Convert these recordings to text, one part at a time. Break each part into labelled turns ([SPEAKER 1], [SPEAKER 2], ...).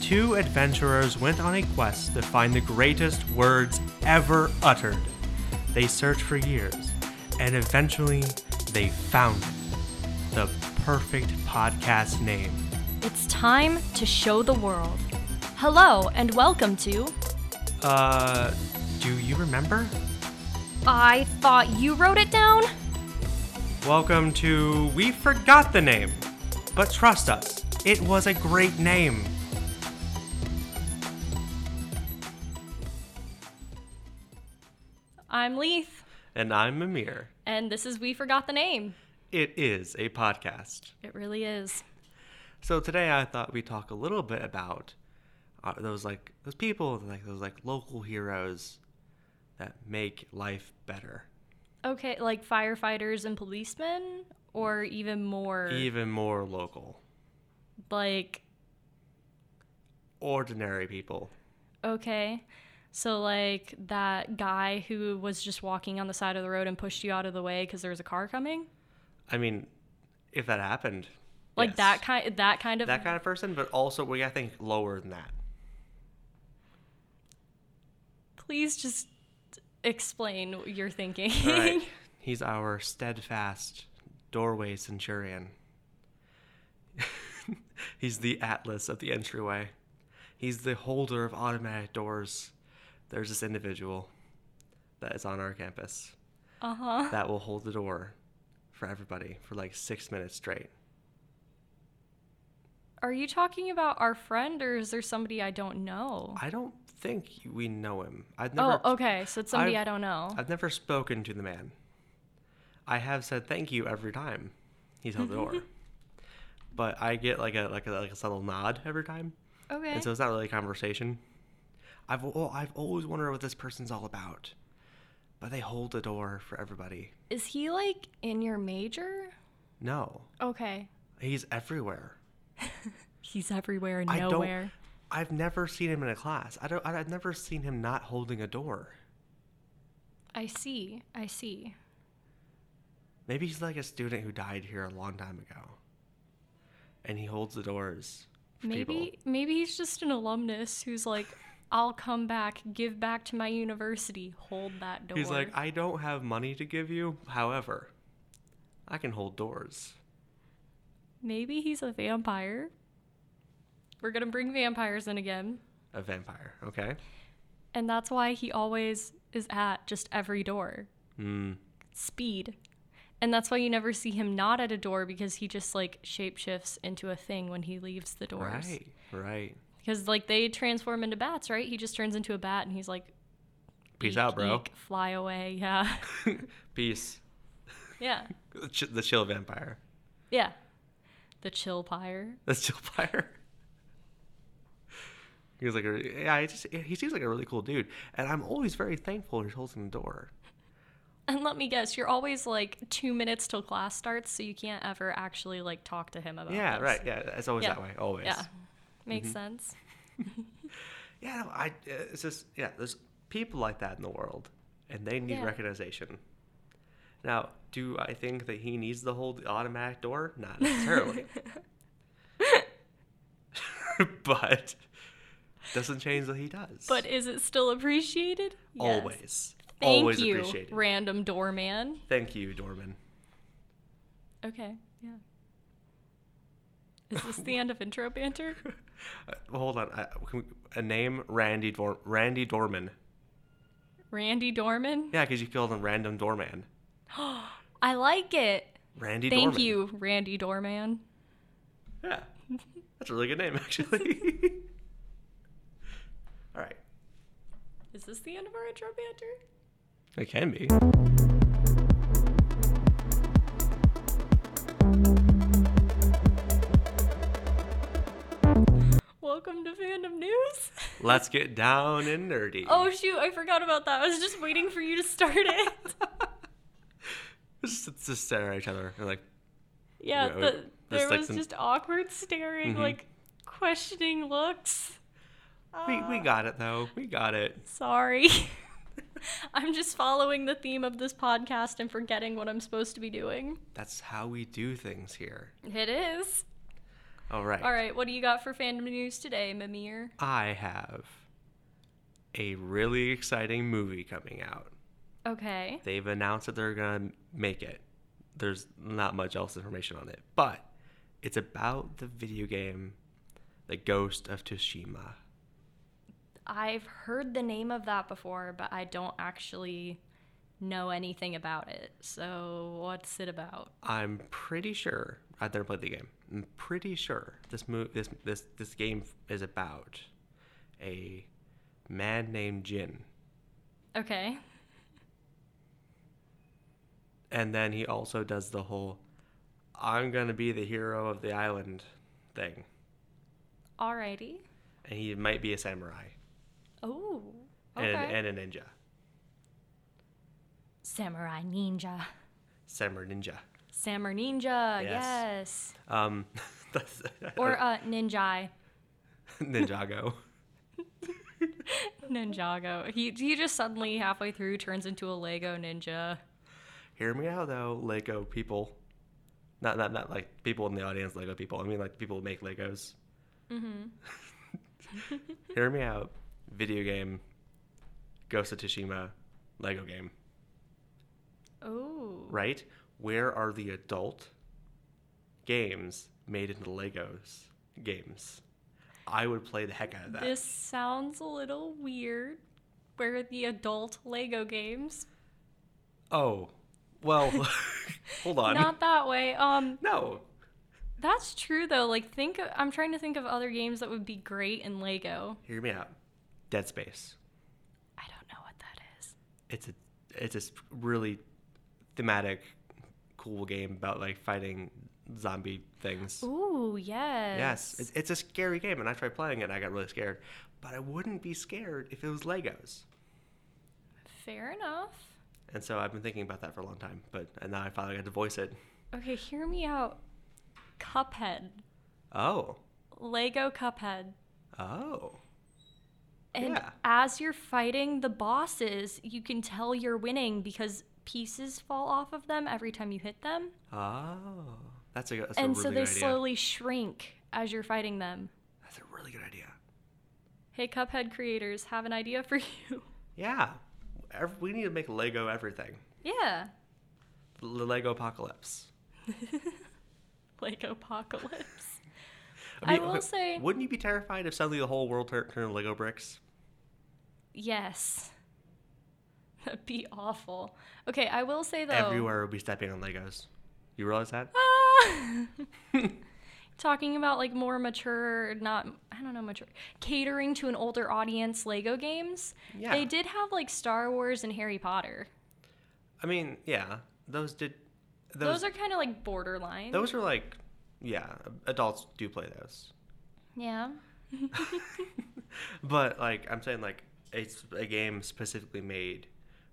[SPEAKER 1] two adventurers went on a quest to find the greatest words ever uttered. They searched for years, and eventually they found it the perfect podcast name.
[SPEAKER 2] It's time to show the world. Hello and welcome to.
[SPEAKER 1] Uh, do you remember?
[SPEAKER 2] I thought you wrote it down?
[SPEAKER 1] Welcome to We Forgot the Name. But trust us, it was a great name.
[SPEAKER 2] I'm Leith,
[SPEAKER 1] And I'm Amir.
[SPEAKER 2] and this is We Forgot the Name.
[SPEAKER 1] It is a podcast.
[SPEAKER 2] It really is.
[SPEAKER 1] So today I thought we'd talk a little bit about uh, those like those people, like those like local heroes that make life better,
[SPEAKER 2] Okay, like firefighters and policemen, or even more
[SPEAKER 1] even more local,
[SPEAKER 2] like,
[SPEAKER 1] ordinary people.
[SPEAKER 2] okay. So, like that guy who was just walking on the side of the road and pushed you out of the way because there was a car coming?
[SPEAKER 1] I mean, if that happened,
[SPEAKER 2] Like
[SPEAKER 1] yes.
[SPEAKER 2] that kind that kind of
[SPEAKER 1] that kind of person, but also we gotta think lower than that.
[SPEAKER 2] Please just explain what you're thinking.
[SPEAKER 1] All right. He's our steadfast doorway centurion. He's the atlas of the entryway. He's the holder of automatic doors. There's this individual that is on our campus
[SPEAKER 2] uh-huh.
[SPEAKER 1] that will hold the door for everybody for like six minutes straight.
[SPEAKER 2] Are you talking about our friend or is there somebody I don't know?
[SPEAKER 1] I don't think we know him. I've never,
[SPEAKER 2] oh, okay. So it's somebody
[SPEAKER 1] I've-
[SPEAKER 2] I've, I do not know.
[SPEAKER 1] I've never spoken to the man. I have said thank you every time he's held the door, but I get like a like a like a subtle nod every time.
[SPEAKER 2] okay.
[SPEAKER 1] and so it's not really a conversation. I've al- I've always wondered what this person's all about, but they hold the door for everybody.
[SPEAKER 2] is he like in your major?
[SPEAKER 1] No,
[SPEAKER 2] Okay.
[SPEAKER 1] he's everywhere.
[SPEAKER 2] He's everywhere and
[SPEAKER 1] I don't-
[SPEAKER 2] nowhere.
[SPEAKER 1] I've never seen him in a class. I don't. I've never seen him not holding a door.
[SPEAKER 2] I see. I see.
[SPEAKER 1] Maybe he's like a student who died here a long time ago, and he holds the doors. For
[SPEAKER 2] Maybe
[SPEAKER 1] people.
[SPEAKER 2] maybe he's just an alumnus who's like I'll come back, give back to my university, hold that door.
[SPEAKER 1] he's like, I don't have money to give you. However, I can hold doors.
[SPEAKER 2] maybe he's a vampire. We're going to bring vampires in again.
[SPEAKER 1] A vampire. Okay.
[SPEAKER 2] And that's why he always is at just every door.
[SPEAKER 1] Hmm.
[SPEAKER 2] Speed. And that's why you never see him not at a door because he just like shapeshifts into a thing when he leaves the doors.
[SPEAKER 1] Right. Right.
[SPEAKER 2] Because like they transform into bats, right? He just turns into a bat and he's like,
[SPEAKER 1] Peace
[SPEAKER 2] "Eek,
[SPEAKER 1] out, bro.
[SPEAKER 2] eek, fly away. Yeah.
[SPEAKER 1] Peace.
[SPEAKER 2] yeah.
[SPEAKER 1] The ch- the chill vampire.
[SPEAKER 2] Yeah. The chill pyre.
[SPEAKER 1] The chill pyre. He was like, a, yeah, he just he seems like a really cool dude, and I'm always very thankful he's holding the door.
[SPEAKER 2] And let me guess, you're always like two minutes till class starts, so you can't ever actually like talk to him about
[SPEAKER 1] yeah,
[SPEAKER 2] this.
[SPEAKER 1] right. Mm-hmm. Yeah, it's always
[SPEAKER 2] Yeah.
[SPEAKER 1] that way. Always.
[SPEAKER 2] Yeah. Makes sense.
[SPEAKER 1] Yeah. No, I. uh, It's just yeah. There's people like that in the world, and they need
[SPEAKER 2] Yeah.
[SPEAKER 1] recognition. Now, do I think that he needs the whole automatic door? Not necessarily. but doesn't change that he does.
[SPEAKER 2] But is it still appreciated? Yes.
[SPEAKER 1] always,
[SPEAKER 2] Thank
[SPEAKER 1] always
[SPEAKER 2] you,
[SPEAKER 1] appreciated.
[SPEAKER 2] random doorman.
[SPEAKER 1] Thank you, Dorman.
[SPEAKER 2] Okay, yeah. Is this the end of intro banter?
[SPEAKER 1] Uh, well, hold on. Uh, can we, a name Randy Dor- Randy Dorman.
[SPEAKER 2] Randy Dorman?
[SPEAKER 1] Yeah, because you killed a random doorman.
[SPEAKER 2] I like it.
[SPEAKER 1] Randy
[SPEAKER 2] Thank
[SPEAKER 1] Dorman.
[SPEAKER 2] you, Randy Doorman.
[SPEAKER 1] Yeah. That's a really good name, actually. All right.
[SPEAKER 2] Is this the end of our intro banter?
[SPEAKER 1] It can be.
[SPEAKER 2] Welcome to Fandom News.
[SPEAKER 1] Let's get down and nerdy.
[SPEAKER 2] Oh shoot, I forgot about that. I was just waiting for you to start it.
[SPEAKER 1] Just, let's just stare at each other. and like,
[SPEAKER 2] Yeah,
[SPEAKER 1] Yeah, we-
[SPEAKER 2] the,
[SPEAKER 1] just
[SPEAKER 2] there
[SPEAKER 1] like
[SPEAKER 2] was
[SPEAKER 1] some- Mm-hmm.
[SPEAKER 2] just awkward staring, like questioning looks.
[SPEAKER 1] we,
[SPEAKER 2] Ah.
[SPEAKER 1] we got it, though. We got it.
[SPEAKER 2] Sorry. I'm just following the theme of this podcast and forgetting what I'm supposed to be doing.
[SPEAKER 1] That's how we do things here.
[SPEAKER 2] It is.
[SPEAKER 1] All right.
[SPEAKER 2] All right, what do you got for fandom news today, Mimir?
[SPEAKER 1] I have a really exciting movie coming out.
[SPEAKER 2] Okay.
[SPEAKER 1] They've announced that they're going to make it. There's not much else information on it, but it's about the video game The Ghost of Tsushima.
[SPEAKER 2] I've heard the name of that before, but I don't actually know anything about it. So, what's it about?
[SPEAKER 1] I'm pretty sure I've never played the game. I'm pretty sure this mo- this this this game is about a man named Jin,
[SPEAKER 2] Okay.
[SPEAKER 1] and then he also does the whole "I'm gonna be the hero of the island" thing,
[SPEAKER 2] Alrighty.
[SPEAKER 1] and he might be a samurai
[SPEAKER 2] Oh. Okay.
[SPEAKER 1] and, and a ninja,
[SPEAKER 2] Samurai Ninja.
[SPEAKER 1] samurai ninja.
[SPEAKER 2] Samurai Ninja. Yes.
[SPEAKER 1] Yes. Um, that's,
[SPEAKER 2] Or uh, Ninjai.
[SPEAKER 1] Ninjago.
[SPEAKER 2] Ninjago. He he just suddenly halfway through turns into a Lego ninja.
[SPEAKER 1] Hear me out though, Lego people. Not not not like people in the audience, Lego people. I mean like people who make Legos. Mm-hmm. Hear me out. Video game, Ghost of Tsushima, Lego game.
[SPEAKER 2] Oh.
[SPEAKER 1] Right? Where are the adult games made into Legos games? I would play the heck out of that.
[SPEAKER 2] This sounds a little weird. Where are the adult Lego games?
[SPEAKER 1] Oh, well, hold on.
[SPEAKER 2] Not that way. Um,
[SPEAKER 1] no,
[SPEAKER 2] that's true though. Like, think I'm trying to think of other games that would be great in Lego.
[SPEAKER 1] hear me out. Dead Space.
[SPEAKER 2] I don't know what that is.
[SPEAKER 1] it's a it's a s- really thematic cool game about like fighting zombie things
[SPEAKER 2] Ooh, yes.
[SPEAKER 1] yes it's, it's a scary game and i tried playing it and i got really scared but i wouldn't be scared if it was legos
[SPEAKER 2] Fair enough.
[SPEAKER 1] and so i've been thinking about that for a long time but and now i finally got to voice it
[SPEAKER 2] Okay, hear me out. Cuphead.
[SPEAKER 1] oh
[SPEAKER 2] Lego Cuphead.
[SPEAKER 1] oh
[SPEAKER 2] And
[SPEAKER 1] Yeah.
[SPEAKER 2] as you're fighting the bosses, you can tell you're winning because pieces fall off of them every time you hit them.
[SPEAKER 1] oh that's a that's a
[SPEAKER 2] and
[SPEAKER 1] really
[SPEAKER 2] so they
[SPEAKER 1] good idea
[SPEAKER 2] slowly shrink as you're fighting them.
[SPEAKER 1] that's a really good idea
[SPEAKER 2] Hey, Cuphead creators, have an idea for you.
[SPEAKER 1] yeah Ev- we need to make lego everything
[SPEAKER 2] Yeah.
[SPEAKER 1] the lego apocalypse
[SPEAKER 2] Like apocalypse.
[SPEAKER 1] I, mean, uh,
[SPEAKER 2] I will
[SPEAKER 1] okay,
[SPEAKER 2] say-
[SPEAKER 1] wouldn't you be terrified if suddenly the whole world tur- turned to Lego bricks?
[SPEAKER 2] yes. That'd be awful. Okay, I will say though.
[SPEAKER 1] Everywhere would be stepping on Legos. You realize that?
[SPEAKER 2] Ah! Talking about like more mature, not I don't know mature, catering to an older audience. Lego games.
[SPEAKER 1] Yeah.
[SPEAKER 2] They did have like Star Wars and Harry Potter.
[SPEAKER 1] I mean, yeah, those did.
[SPEAKER 2] Those,
[SPEAKER 1] Those,
[SPEAKER 2] are kind of like borderline.
[SPEAKER 1] those are like, yeah, adults do play those,
[SPEAKER 2] yeah.
[SPEAKER 1] but like I'm saying, like it's a game specifically made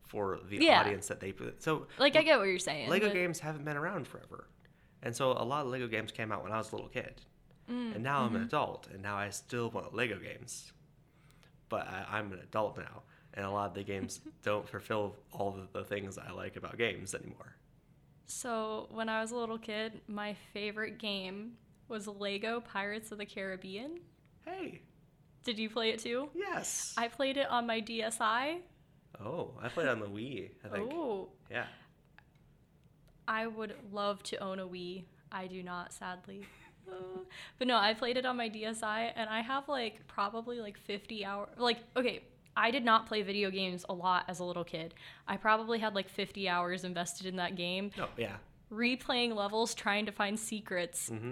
[SPEAKER 1] for the
[SPEAKER 2] Yeah.
[SPEAKER 1] audience that they play. So
[SPEAKER 2] Like I get what you're saying.
[SPEAKER 1] Lego
[SPEAKER 2] but-
[SPEAKER 1] games haven't been around forever, and so a lot of Lego games came out when I was a little kid,
[SPEAKER 2] Mm,
[SPEAKER 1] and now I'm an
[SPEAKER 2] mm-hmm.
[SPEAKER 1] adult, and now I still want Lego games, but I, I'm an adult now, and a lot of the games don't fulfill all of the things I like about games anymore.
[SPEAKER 2] So when I was a little kid, my favorite game was Lego Pirates of the Caribbean.
[SPEAKER 1] Hey,
[SPEAKER 2] Did you play it too?
[SPEAKER 1] yes.
[SPEAKER 2] I played it on my DSi.
[SPEAKER 1] oh, I played on the Wii. I think.
[SPEAKER 2] Oh,
[SPEAKER 1] Yeah.
[SPEAKER 2] I would love to own a Wii. I do not, sadly. Uh, but no, I played it on my DSi and I have like probably like 50 hours. Like, okay, I did not play video games a lot as a little kid. I probably had like 50 hours invested in that game,
[SPEAKER 1] No. Yeah.
[SPEAKER 2] replaying levels, trying to find secrets
[SPEAKER 1] Mm-hmm.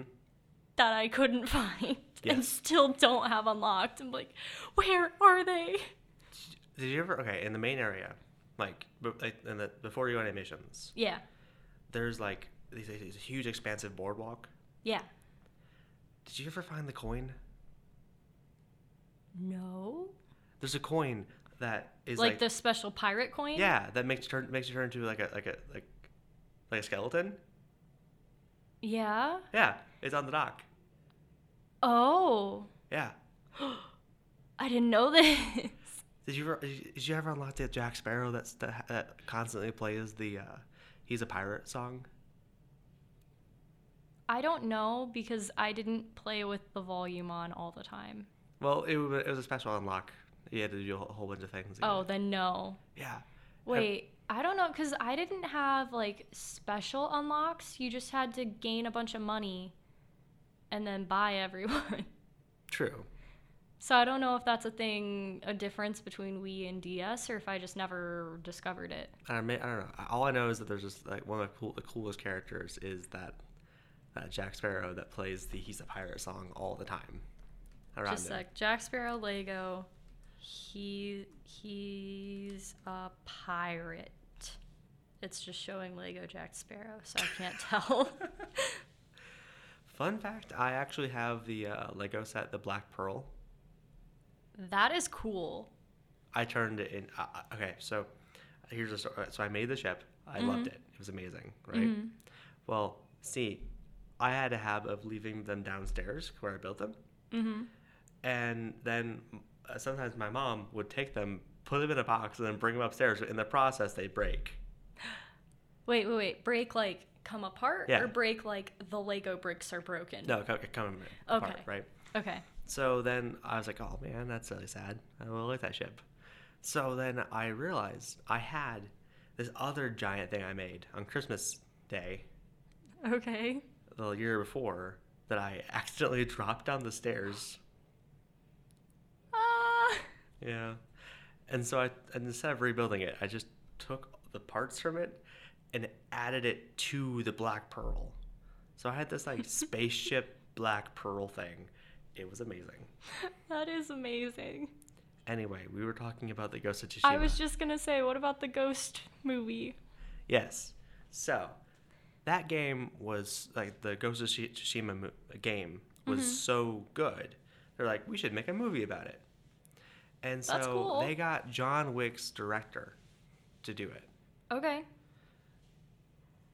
[SPEAKER 2] that I couldn't find and
[SPEAKER 1] Yes.
[SPEAKER 2] still don't have unlocked. I'm like, where are they?
[SPEAKER 1] Did you ever? Okay, in the main area, like, b- like in the, before you go on missions,
[SPEAKER 2] Yeah,
[SPEAKER 1] there's like these, these huge expansive boardwalk.
[SPEAKER 2] yeah.
[SPEAKER 1] Did you ever find the coin?
[SPEAKER 2] No.
[SPEAKER 1] There's a coin that is
[SPEAKER 2] Like,
[SPEAKER 1] like,
[SPEAKER 2] the special pirate coin?
[SPEAKER 1] yeah that makes turn makes you turn into like a like a like like a skeleton.
[SPEAKER 2] Yeah.
[SPEAKER 1] Yeah, it's on the dock.
[SPEAKER 2] Oh,
[SPEAKER 1] Yeah.
[SPEAKER 2] I didn't know this.
[SPEAKER 1] Did you ever did you ever unlock that Jack Sparrow that's the, that constantly plays the uh, he's a pirate song?
[SPEAKER 2] I don't know because I didn't play with the volume on all the time.
[SPEAKER 1] Well, it, wa- it was a special unlock. You had to do a whole- whole bunch of things. again.
[SPEAKER 2] Oh, then no.
[SPEAKER 1] yeah.
[SPEAKER 2] Wait, I don't know because I didn't have like special unlocks. You just had to gain a bunch of money and then buy everyone.
[SPEAKER 1] True.
[SPEAKER 2] So I don't know if that's a thing, a difference between Wii and DS, or if I just never discovered it.
[SPEAKER 1] I, may, I don't know. All I know is that there's just like one of the, cool, the coolest characters is that that Jack Sparrow that plays the "He's a Pirate" song all the time. Around
[SPEAKER 2] just
[SPEAKER 1] him.
[SPEAKER 2] like Jack Sparrow Lego, he he's a pirate. It's just showing Lego Jack Sparrow, so I can't tell.
[SPEAKER 1] Fun fact: I actually have the uh, Lego set, the Black Pearl.
[SPEAKER 2] that is cool.
[SPEAKER 1] I turned it in. Uh, uh, okay, so here's a story. So I made the ship. I loved it. It was amazing, right? Well, see, I had a habit of leaving them downstairs where I built them, and then uh, sometimes my mom would take them, put them in a box, and then bring them upstairs. In the process, they break.
[SPEAKER 2] Wait, wait, wait. Break like come apart,
[SPEAKER 1] Yeah.
[SPEAKER 2] or break like the Lego bricks are broken.
[SPEAKER 1] No, co- come apart,
[SPEAKER 2] Okay.
[SPEAKER 1] right?
[SPEAKER 2] Okay.
[SPEAKER 1] So then I was like, oh man, that's really sad. I really like that ship. So then I realized I had this other giant thing I made on Christmas Day
[SPEAKER 2] Okay.
[SPEAKER 1] the year before that I accidentally dropped down the stairs.
[SPEAKER 2] Uh,
[SPEAKER 1] Yeah. And so I, and instead of rebuilding it, I just took the parts from it and added it to the Black Pearl. So I had this like spaceship Black Pearl thing. It was amazing.
[SPEAKER 2] that is amazing.
[SPEAKER 1] Anyway, we were talking about the Ghost of Tsushima.
[SPEAKER 2] I was just gonna say, what about the Ghost movie?
[SPEAKER 1] Yes. So that game was like the Ghost of Tsu- Tsushima mo- game was
[SPEAKER 2] Mm-hmm.
[SPEAKER 1] so good. They're like, we should make a movie about it. And so
[SPEAKER 2] That's cool.
[SPEAKER 1] they got John Wick's director to do it.
[SPEAKER 2] Okay.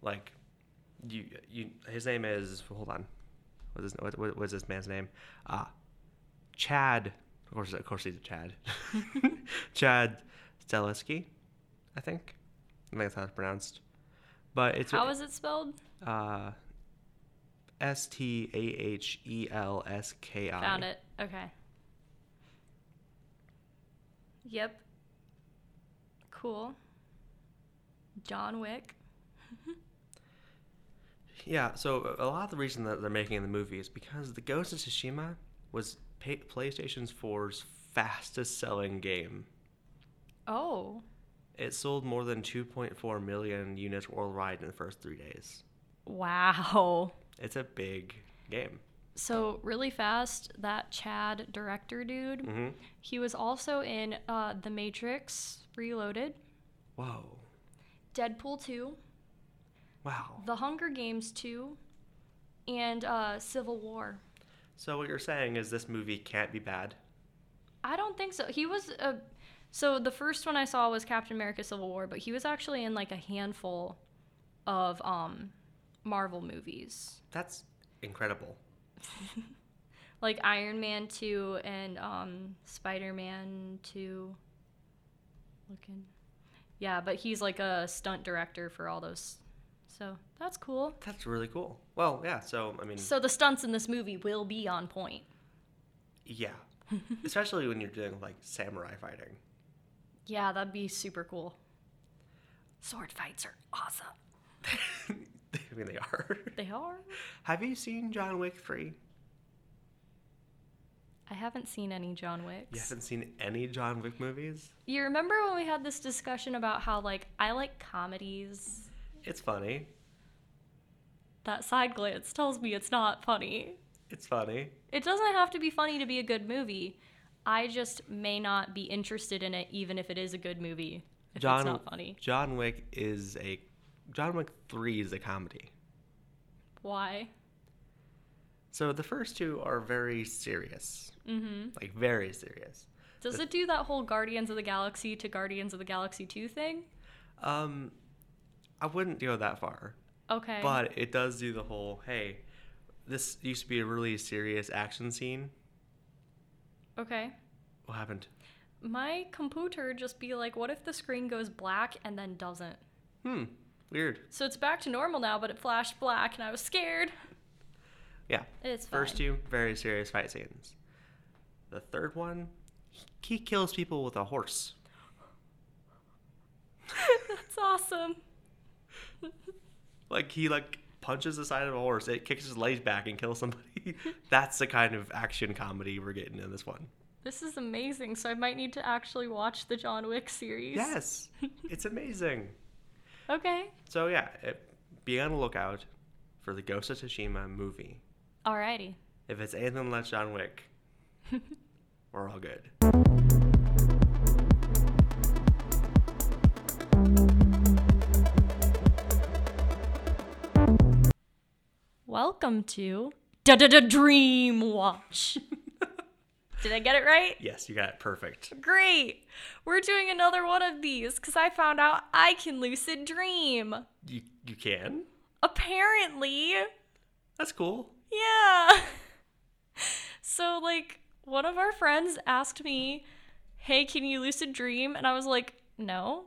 [SPEAKER 1] Like, you, you, his name is. Hold on, what is what, what was this man's name? Ah, Chad. Of course, of course, he's Chad. Chad Zaleski, I think. I think that's how it's pronounced. But it's
[SPEAKER 2] How is it spelled?
[SPEAKER 1] uh, S T A H E L S K I.
[SPEAKER 2] Found it. Okay. Yep. Cool. John Wick.
[SPEAKER 1] Yeah, so a lot of the reason that they're making the movie is because The Ghost of Tsushima was pa PlayStation 4's fastest selling game.
[SPEAKER 2] Oh.
[SPEAKER 1] It sold more than 2.4 million units worldwide in the first three days.
[SPEAKER 2] Wow.
[SPEAKER 1] It's a big game.
[SPEAKER 2] So, really fast, that Chad director dude,
[SPEAKER 1] hmm
[SPEAKER 2] he was also in uh, The Matrix Reloaded,
[SPEAKER 1] Whoa.
[SPEAKER 2] Deadpool 2,
[SPEAKER 1] Wow.
[SPEAKER 2] The Hunger Games 2, and uh, Civil War.
[SPEAKER 1] So what you're saying is this movie can't be bad?
[SPEAKER 2] I don't think so. He was a. So the first one I saw was Captain America: Civil War, but he was actually in like a handful of um, Marvel movies,
[SPEAKER 1] That's incredible.
[SPEAKER 2] like Iron Man two and um, Spider Man two. Looking, yeah, but he's like a stunt director for all those, so that's cool.
[SPEAKER 1] That's really cool. Well, yeah, so I mean
[SPEAKER 2] So the stunts in this movie will be on point.
[SPEAKER 1] Yeah. Especially when you're doing like samurai fighting.
[SPEAKER 2] Yeah, that'd be super cool. Sword fights are awesome.
[SPEAKER 1] I mean, they are.
[SPEAKER 2] They are.
[SPEAKER 1] Have you seen John Wick 3?
[SPEAKER 2] I haven't seen any John Wicks.
[SPEAKER 1] You haven't seen any John Wick movies?
[SPEAKER 2] You remember when we had this discussion about how like I like comedies?
[SPEAKER 1] It's funny.
[SPEAKER 2] That side glance tells me it's not funny.
[SPEAKER 1] It's funny.
[SPEAKER 2] It doesn't have to be funny to be a good movie. I just may not be interested in it even if it is a good movie. If
[SPEAKER 1] John
[SPEAKER 2] it's not funny.
[SPEAKER 1] John Wick is a John Wick 3 is a comedy.
[SPEAKER 2] Why?
[SPEAKER 1] So the first two are very serious. Mm-hmm. Like very serious.
[SPEAKER 2] Does it do that whole Guardians of the Galaxy to Guardians of the Galaxy 2 thing?
[SPEAKER 1] Um I wouldn't go that far,
[SPEAKER 2] Okay.
[SPEAKER 1] but it does do the whole hey, this used to be a really serious action scene.
[SPEAKER 2] okay.
[SPEAKER 1] What happened?
[SPEAKER 2] My computer just be like, what if the screen goes black and then doesn't?
[SPEAKER 1] Hmm. Weird.
[SPEAKER 2] So it's back to normal now, but it flashed black and I was scared.
[SPEAKER 1] Yeah.
[SPEAKER 2] It's fine.
[SPEAKER 1] First two, very serious fight scenes. The third one, he kills people with a horse.
[SPEAKER 2] That's awesome.
[SPEAKER 1] Like he like punches the side of a horse, it kicks his legs back and kills somebody. That's the kind of action comedy we're getting in this one.
[SPEAKER 2] This is amazing. So I might need to actually watch the John Wick series.
[SPEAKER 1] Yes. It's amazing.
[SPEAKER 2] Okay.
[SPEAKER 1] So yeah, it, be on the lookout for the Ghost of Tsushima movie.
[SPEAKER 2] Alrighty.
[SPEAKER 1] If it's anything less John Wick, we're all good.
[SPEAKER 2] Welcome to Da Da Da Dream Watch. Did I get it right?
[SPEAKER 1] Yes, you got it perfect.
[SPEAKER 2] Great. We're doing another one of these because I found out I can lucid dream.
[SPEAKER 1] You you can.
[SPEAKER 2] Apparently.
[SPEAKER 1] That's cool.
[SPEAKER 2] Yeah. So, like, one of our friends asked me, Hey, can you lucid dream? And I was like, No.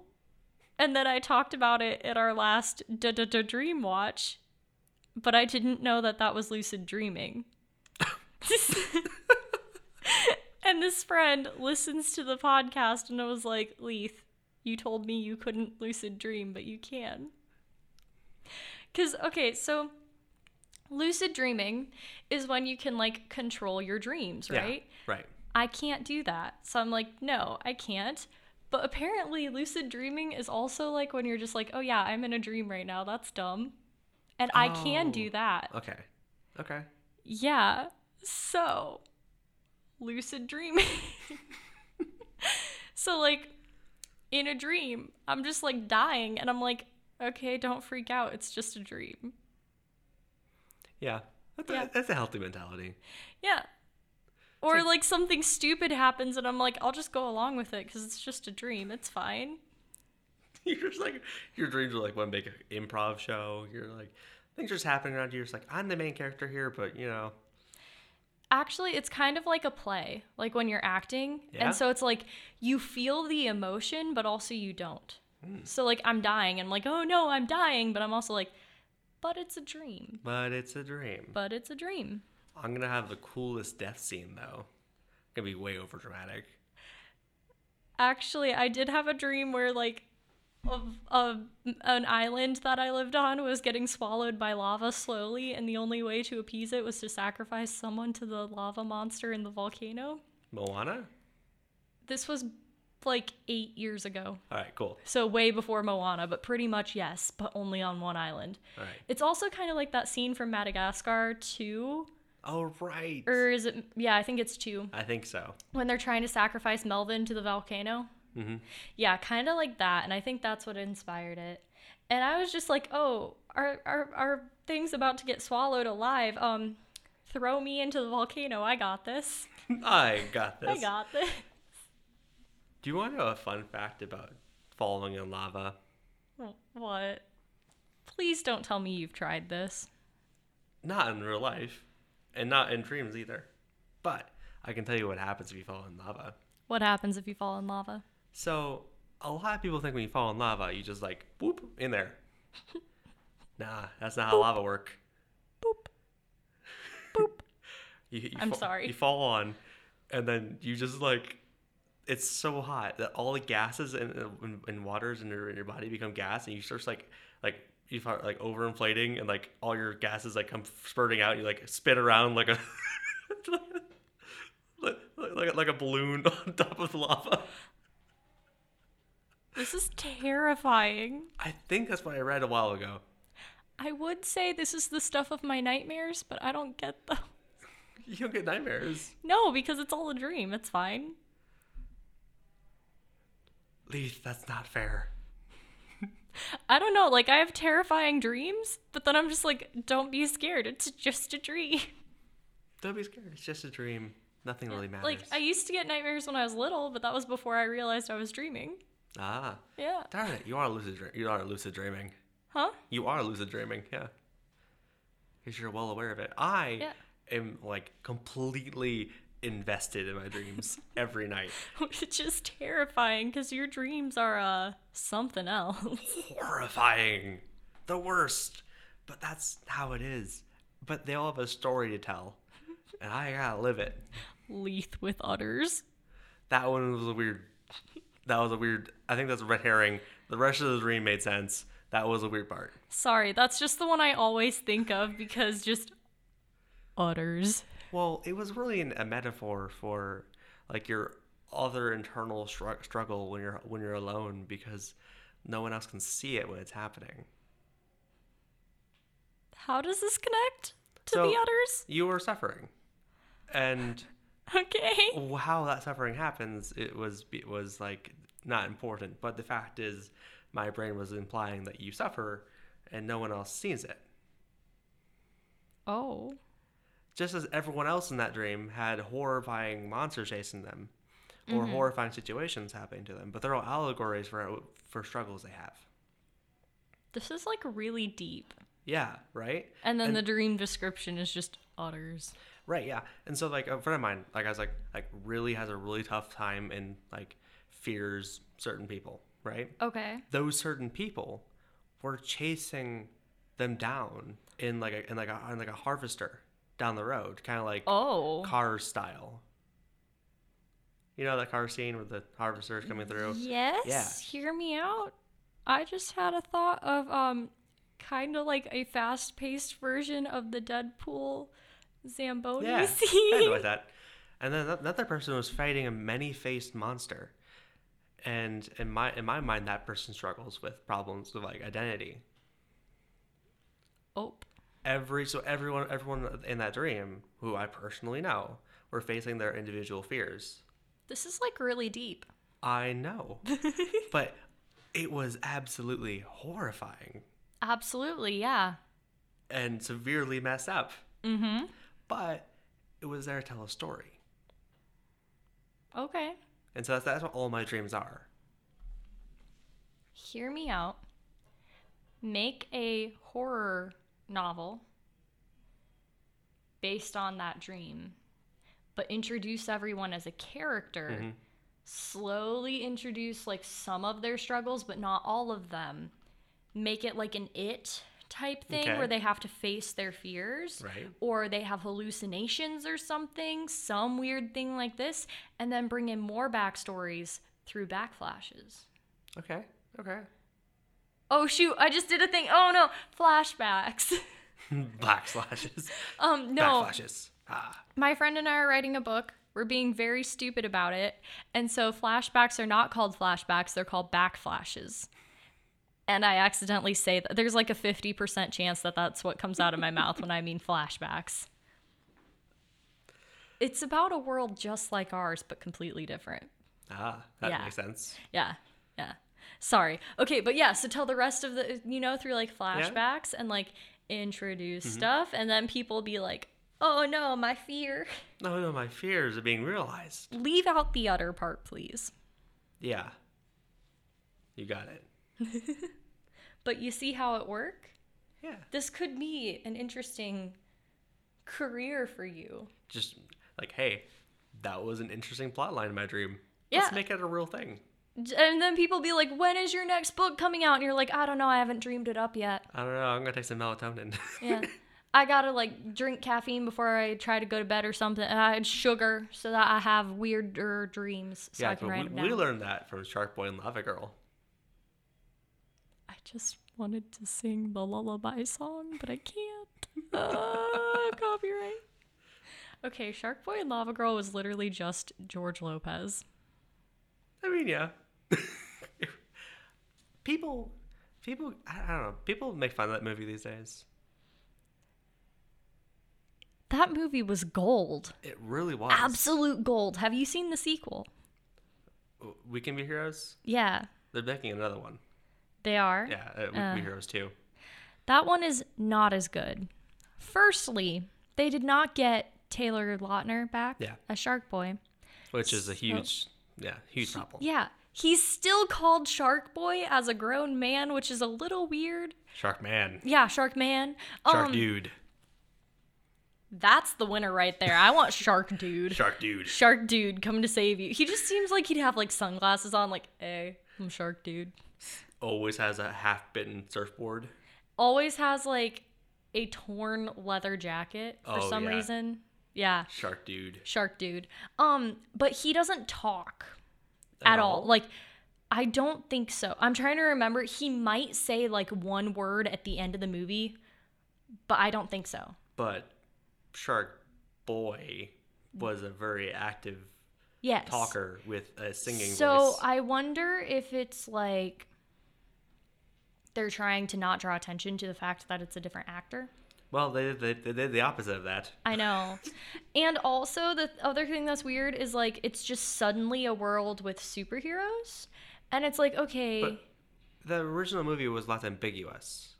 [SPEAKER 2] And then I talked about it at our last da da da dream watch, but I didn't know that that was lucid dreaming. and this friend listens to the podcast and I was like, Leith, you told me you couldn't lucid dream, but you can. Because, okay, so lucid dreaming is when you can like control your dreams, right?
[SPEAKER 1] Yeah, right.
[SPEAKER 2] I can't do that. So I'm like, no, I can't. But apparently, lucid dreaming is also like when you're just like, oh yeah, I'm in a dream right now. That's dumb. And I can
[SPEAKER 1] Oh.
[SPEAKER 2] do that.
[SPEAKER 1] Okay. Okay.
[SPEAKER 2] Yeah. So, lucid dreaming. so, like, in a dream, I'm just like dying and I'm like, okay, don't freak out. It's just a dream.
[SPEAKER 1] Yeah. That's,
[SPEAKER 2] Yeah.
[SPEAKER 1] A, that's a healthy mentality.
[SPEAKER 2] Yeah. Or
[SPEAKER 1] like-
[SPEAKER 2] like, something stupid happens and I'm like, I'll just go along with it because it's just a dream. It's fine.
[SPEAKER 1] You're just like your dreams are like one big improv show. You're like things just happening around you. You're just like I'm the main character here, but you know.
[SPEAKER 2] Actually, it's kind of like a play, like when you're acting.
[SPEAKER 1] Yeah?
[SPEAKER 2] And so it's like you feel the emotion, but also you don't. So, like, I'm dying and I'm like, oh no, I'm dying. But I'm also like, but it's a dream.
[SPEAKER 1] But it's a dream.
[SPEAKER 2] But it's a dream.
[SPEAKER 1] I'm gonna have the coolest death scene though. Gonna be way over dramatic.
[SPEAKER 2] Actually, I did have a dream where, like, of, of an island that I lived on was getting swallowed by lava slowly, and the only way to appease it was to sacrifice someone to the lava monster in the volcano.
[SPEAKER 1] Moana.
[SPEAKER 2] This was like eight years ago.
[SPEAKER 1] All right, cool.
[SPEAKER 2] So way before Moana, but pretty much yes, but only on one island.
[SPEAKER 1] All right.
[SPEAKER 2] It's also kind of like that scene from Madagascar 2,
[SPEAKER 1] All right.
[SPEAKER 2] or is it? Yeah, I think it's 2,
[SPEAKER 1] I think so.
[SPEAKER 2] when they're trying to sacrifice Melvin to the volcano.
[SPEAKER 1] Mm-hmm.
[SPEAKER 2] Yeah, kind of like that, and I think that's what inspired it. And I was just like, oh, our our our thing's about to get swallowed alive. Um, throw me into the volcano. I got this.
[SPEAKER 1] I got this.
[SPEAKER 2] I got this.
[SPEAKER 1] Do you want to know a fun fact about falling in lava?
[SPEAKER 2] What? Please don't tell me you've tried this.
[SPEAKER 1] Not in real life, and not in dreams either. But I can tell you what happens if you fall in lava.
[SPEAKER 2] What happens if you fall in lava?
[SPEAKER 1] So a lot of people think when you fall in lava, you just like whoop in there. nah, that's not how lava work.
[SPEAKER 2] Boop. Boop.
[SPEAKER 1] You, you
[SPEAKER 2] I'm
[SPEAKER 1] fall-
[SPEAKER 2] sorry.
[SPEAKER 1] You fall on, and then you just like, it's so hot that all the gases and and, and waters in your, in your body become gas, and you start like like you start like overinflating, and like all your gases like come spurting out. And you like spin around like a. Like, like, like a balloon on top of lava.
[SPEAKER 2] This is terrifying.
[SPEAKER 1] I think that's what I read a while ago.
[SPEAKER 2] I would say this is the stuff of my nightmares, but I don't get them.
[SPEAKER 1] You don't get nightmares.
[SPEAKER 2] No, because it's all a dream. It's fine.
[SPEAKER 1] Leith, that's not fair.
[SPEAKER 2] I don't know. Like, I have terrifying dreams, but then I'm just like, don't be scared. It's just a dream.
[SPEAKER 1] Don't be scared. It's just a dream. Nothing really matters.
[SPEAKER 2] Like, I used to get nightmares when I was little, but that was before I realized I was dreaming.
[SPEAKER 1] ah,
[SPEAKER 2] Yeah.
[SPEAKER 1] darn it! You are lucid. Dream- you are lucid dreaming.
[SPEAKER 2] Huh?
[SPEAKER 1] You are lucid dreaming, yeah. Because you're well aware of it. I
[SPEAKER 2] Yeah.
[SPEAKER 1] am like completely invested in my dreams every night.
[SPEAKER 2] Which is terrifying because your dreams are, uh, something else.
[SPEAKER 1] Horrifying. The worst. But that's how it is. but they all have a story to tell, and I gotta live it.
[SPEAKER 2] Leith with udders.
[SPEAKER 1] That one was a weird. That was a weird. I think that's a red herring. The rest of the dream made sense. That was a weird part.
[SPEAKER 2] Sorry, that's just the one I always think of because just udders.
[SPEAKER 1] Well, it was really an, a metaphor for like your other internal str- struggle when you're when you're alone because no one else can see it when it's happening.
[SPEAKER 2] How does this connect to
[SPEAKER 1] So-
[SPEAKER 2] the udders?
[SPEAKER 1] You were suffering, and
[SPEAKER 2] Okay.
[SPEAKER 1] how that suffering happens it was it was like not important. But the fact is, my brain was implying that you suffer, and no one else sees it.
[SPEAKER 2] Oh.
[SPEAKER 1] just as everyone else in that dream had horrifying monsters chasing them or horrifying situations happening to them but they're all allegories for for struggles they have
[SPEAKER 2] This is like really deep.
[SPEAKER 1] yeah right
[SPEAKER 2] And then
[SPEAKER 1] And-
[SPEAKER 2] the dream description is just otters.
[SPEAKER 1] right yeah and so like a friend of mine like i was like like really has a really tough time and like fears certain people right
[SPEAKER 2] Okay.
[SPEAKER 1] those certain people were chasing them down in like a in like a in like a harvester down the road kind of like
[SPEAKER 2] Oh.
[SPEAKER 1] car style. You know that car scene with the harvester is coming through?
[SPEAKER 2] Yes.
[SPEAKER 1] Yeah.
[SPEAKER 2] Hear me out. I just had a thought of um kind of like a fast-paced version of the Deadpool Zamboni
[SPEAKER 1] Yeah. Kind
[SPEAKER 2] scene.
[SPEAKER 1] of like that. And then another person was fighting a many faced monster. And in my in my mind that person struggles with problems of like identity.
[SPEAKER 2] Oh.
[SPEAKER 1] Every so everyone everyone in that dream, who I personally know, were facing their individual fears.
[SPEAKER 2] This is like really deep.
[SPEAKER 1] I know. but it was absolutely horrifying
[SPEAKER 2] Absolutely, yeah.
[SPEAKER 1] and severely messed up.
[SPEAKER 2] Mm-hmm.
[SPEAKER 1] But it was there to tell a story.
[SPEAKER 2] Okay.
[SPEAKER 1] And so that's, that's what all my dreams are.
[SPEAKER 2] Hear me out. Make a horror novel based on that dream, but introduce everyone as a character.
[SPEAKER 1] Mm-hmm.
[SPEAKER 2] Slowly introduce like some of their struggles, but not all of them. Make it like an it type thing
[SPEAKER 1] Okay.
[SPEAKER 2] where they have to face their fears
[SPEAKER 1] Right.
[SPEAKER 2] or they have hallucinations or something, some weird thing like this, and then bring in more backstories through backflashes.
[SPEAKER 1] Okay. Okay.
[SPEAKER 2] Oh shoot, I just did a thing. Oh no, flashbacks.
[SPEAKER 1] Black slashes.
[SPEAKER 2] um no.
[SPEAKER 1] Back slashes. Ah.
[SPEAKER 2] My friend and I are writing a book. We're being very stupid about it. And so flashbacks are not called flashbacks, they're called backflashes. And I accidentally say that there's like a 50% chance that that's what comes out of my mouth when I mean flashbacks. It's about a world just like ours, but completely different.
[SPEAKER 1] Ah. That
[SPEAKER 2] Yeah.
[SPEAKER 1] makes sense.
[SPEAKER 2] Yeah. Yeah. Sorry. Okay, but yeah, so tell the rest of the you know through like flashbacks and like introduce stuff and then people be like, "Oh no, my fear."
[SPEAKER 1] No, no, my fears are being realized.
[SPEAKER 2] Leave out the utter part, please.
[SPEAKER 1] Yeah. You got it.
[SPEAKER 2] But you see how it work?
[SPEAKER 1] Yeah.
[SPEAKER 2] This could be an interesting career for you.
[SPEAKER 1] Just like, hey, that was an interesting plot line in my dream. Let's
[SPEAKER 2] Yeah.
[SPEAKER 1] make it a real thing.
[SPEAKER 2] J- And then people be like, "When is your next book coming out?" And you're like, "I don't know, I haven't dreamed it up yet."
[SPEAKER 1] I don't know. I'm gonna take some melatonin.
[SPEAKER 2] Yeah. I gotta like drink caffeine before I try to go to bed or something. And I had sugar so that I have weirder dreams so I
[SPEAKER 1] yeah,
[SPEAKER 2] can
[SPEAKER 1] but
[SPEAKER 2] write
[SPEAKER 1] we,
[SPEAKER 2] them
[SPEAKER 1] we
[SPEAKER 2] down.
[SPEAKER 1] learned that from Shark Boy and Lava Girl.
[SPEAKER 2] I just wanted to sing the lullaby song, but I can't. Uh, copyright. Okay, Shark Boy and Lava Girl was literally just George Lopez.
[SPEAKER 1] I mean, yeah. people, people, I I don't know. People make fun of that movie these days.
[SPEAKER 2] That movie was gold.
[SPEAKER 1] It really was.
[SPEAKER 2] Absolute gold. Have you seen the sequel?
[SPEAKER 1] We Can Be Heroes?
[SPEAKER 2] Yeah,
[SPEAKER 1] They're making another one.
[SPEAKER 2] they are.
[SPEAKER 1] Yeah, uh, We Can Be Heroes too.
[SPEAKER 2] That one is not as good. Firstly, they did not get Taylor Lautner back
[SPEAKER 1] Yeah.
[SPEAKER 2] as Shark Boy.
[SPEAKER 1] Which is a huge, yeah, huge problem.
[SPEAKER 2] Yeah, he's still called Shark Boy as a grown man, which is a little weird.
[SPEAKER 1] Shark Man.
[SPEAKER 2] Yeah, Shark Man.
[SPEAKER 1] Shark
[SPEAKER 2] Um,
[SPEAKER 1] Dude.
[SPEAKER 2] That's the winner right there. I want Shark Dude.
[SPEAKER 1] Shark Dude.
[SPEAKER 2] Shark Dude, come to save you. He just seems like he'd have like sunglasses on, like, hey, I'm Shark Dude.
[SPEAKER 1] Always has a half bitten surfboard.
[SPEAKER 2] Always has like a torn leather jacket for
[SPEAKER 1] Oh,
[SPEAKER 2] some
[SPEAKER 1] yeah.
[SPEAKER 2] reason. Yeah,
[SPEAKER 1] Shark dude.
[SPEAKER 2] shark dude. Um, but he doesn't talk at all. Like, I don't think so. I'm trying to remember. He might say like one word at the end of the movie, but I don't think so.
[SPEAKER 1] But Shark Boy was a very active
[SPEAKER 2] Yes.
[SPEAKER 1] talker with a singing
[SPEAKER 2] so
[SPEAKER 1] voice.
[SPEAKER 2] I wonder if it's like they're trying to not draw attention to the fact that it's a different actor.
[SPEAKER 1] well, they, they, they did the opposite of that.
[SPEAKER 2] I know. and also, the other thing that's weird is like it's just suddenly a world with superheroes. And it's like, okay,
[SPEAKER 1] But- The original movie was left ambiguous.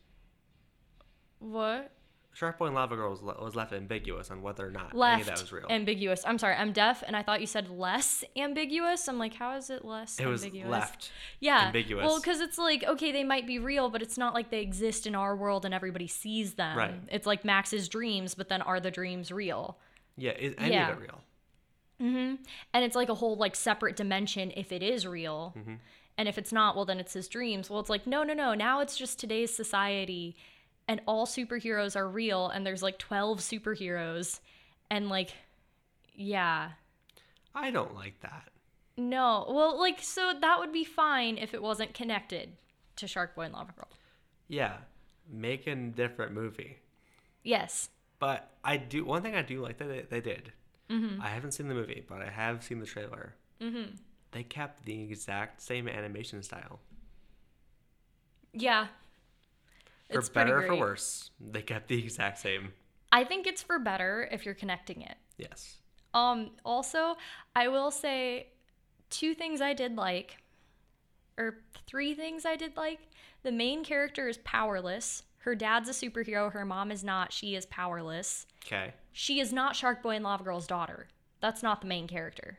[SPEAKER 2] what?
[SPEAKER 1] Shark Boy and Lava Girl was, le- was left ambiguous on whether or not any
[SPEAKER 2] Left
[SPEAKER 1] of that was real.
[SPEAKER 2] ambiguous. I'm sorry, I'm deaf, and I thought you said less ambiguous. I'm like, how is it less
[SPEAKER 1] it was
[SPEAKER 2] ambiguous?
[SPEAKER 1] left.
[SPEAKER 2] Yeah.
[SPEAKER 1] ambiguous.
[SPEAKER 2] Well, because it's like, okay, they might be real, but it's not like they exist in our world and everybody sees them.
[SPEAKER 1] Right.
[SPEAKER 2] It's like Max's dreams, but then are the dreams real?
[SPEAKER 1] Yeah, is any
[SPEAKER 2] Yeah.
[SPEAKER 1] of it real?
[SPEAKER 2] and it's like a whole like separate dimension if it is real
[SPEAKER 1] Mm-hmm.
[SPEAKER 2] and if it's not well then it's his dreams well it's like no no no now it's just today's society and all superheroes are real and there's like 12 superheroes and like yeah
[SPEAKER 1] I don't like that.
[SPEAKER 2] no well like so that would be fine if it wasn't connected to shark boy and lava girl
[SPEAKER 1] Yeah, make a different movie.
[SPEAKER 2] yes
[SPEAKER 1] But I do one thing I do like that they, they did.
[SPEAKER 2] Mm-hmm.
[SPEAKER 1] I haven't seen the movie, but I have seen the trailer. Mm-hmm. They kept the exact same animation style.
[SPEAKER 2] yeah
[SPEAKER 1] For
[SPEAKER 2] It's pretty
[SPEAKER 1] better or for
[SPEAKER 2] great.
[SPEAKER 1] worse, they kept the exact same.
[SPEAKER 2] i think it's for better if you're connecting it
[SPEAKER 1] Yes.
[SPEAKER 2] Um, also, I will say two things I did like, or three things I did like. The main character is powerless. Her dad's a superhero. Her mom is not. She is powerless.
[SPEAKER 1] Okay.
[SPEAKER 2] She is not Shark Boy and Lava Girl's daughter. That's not the main character.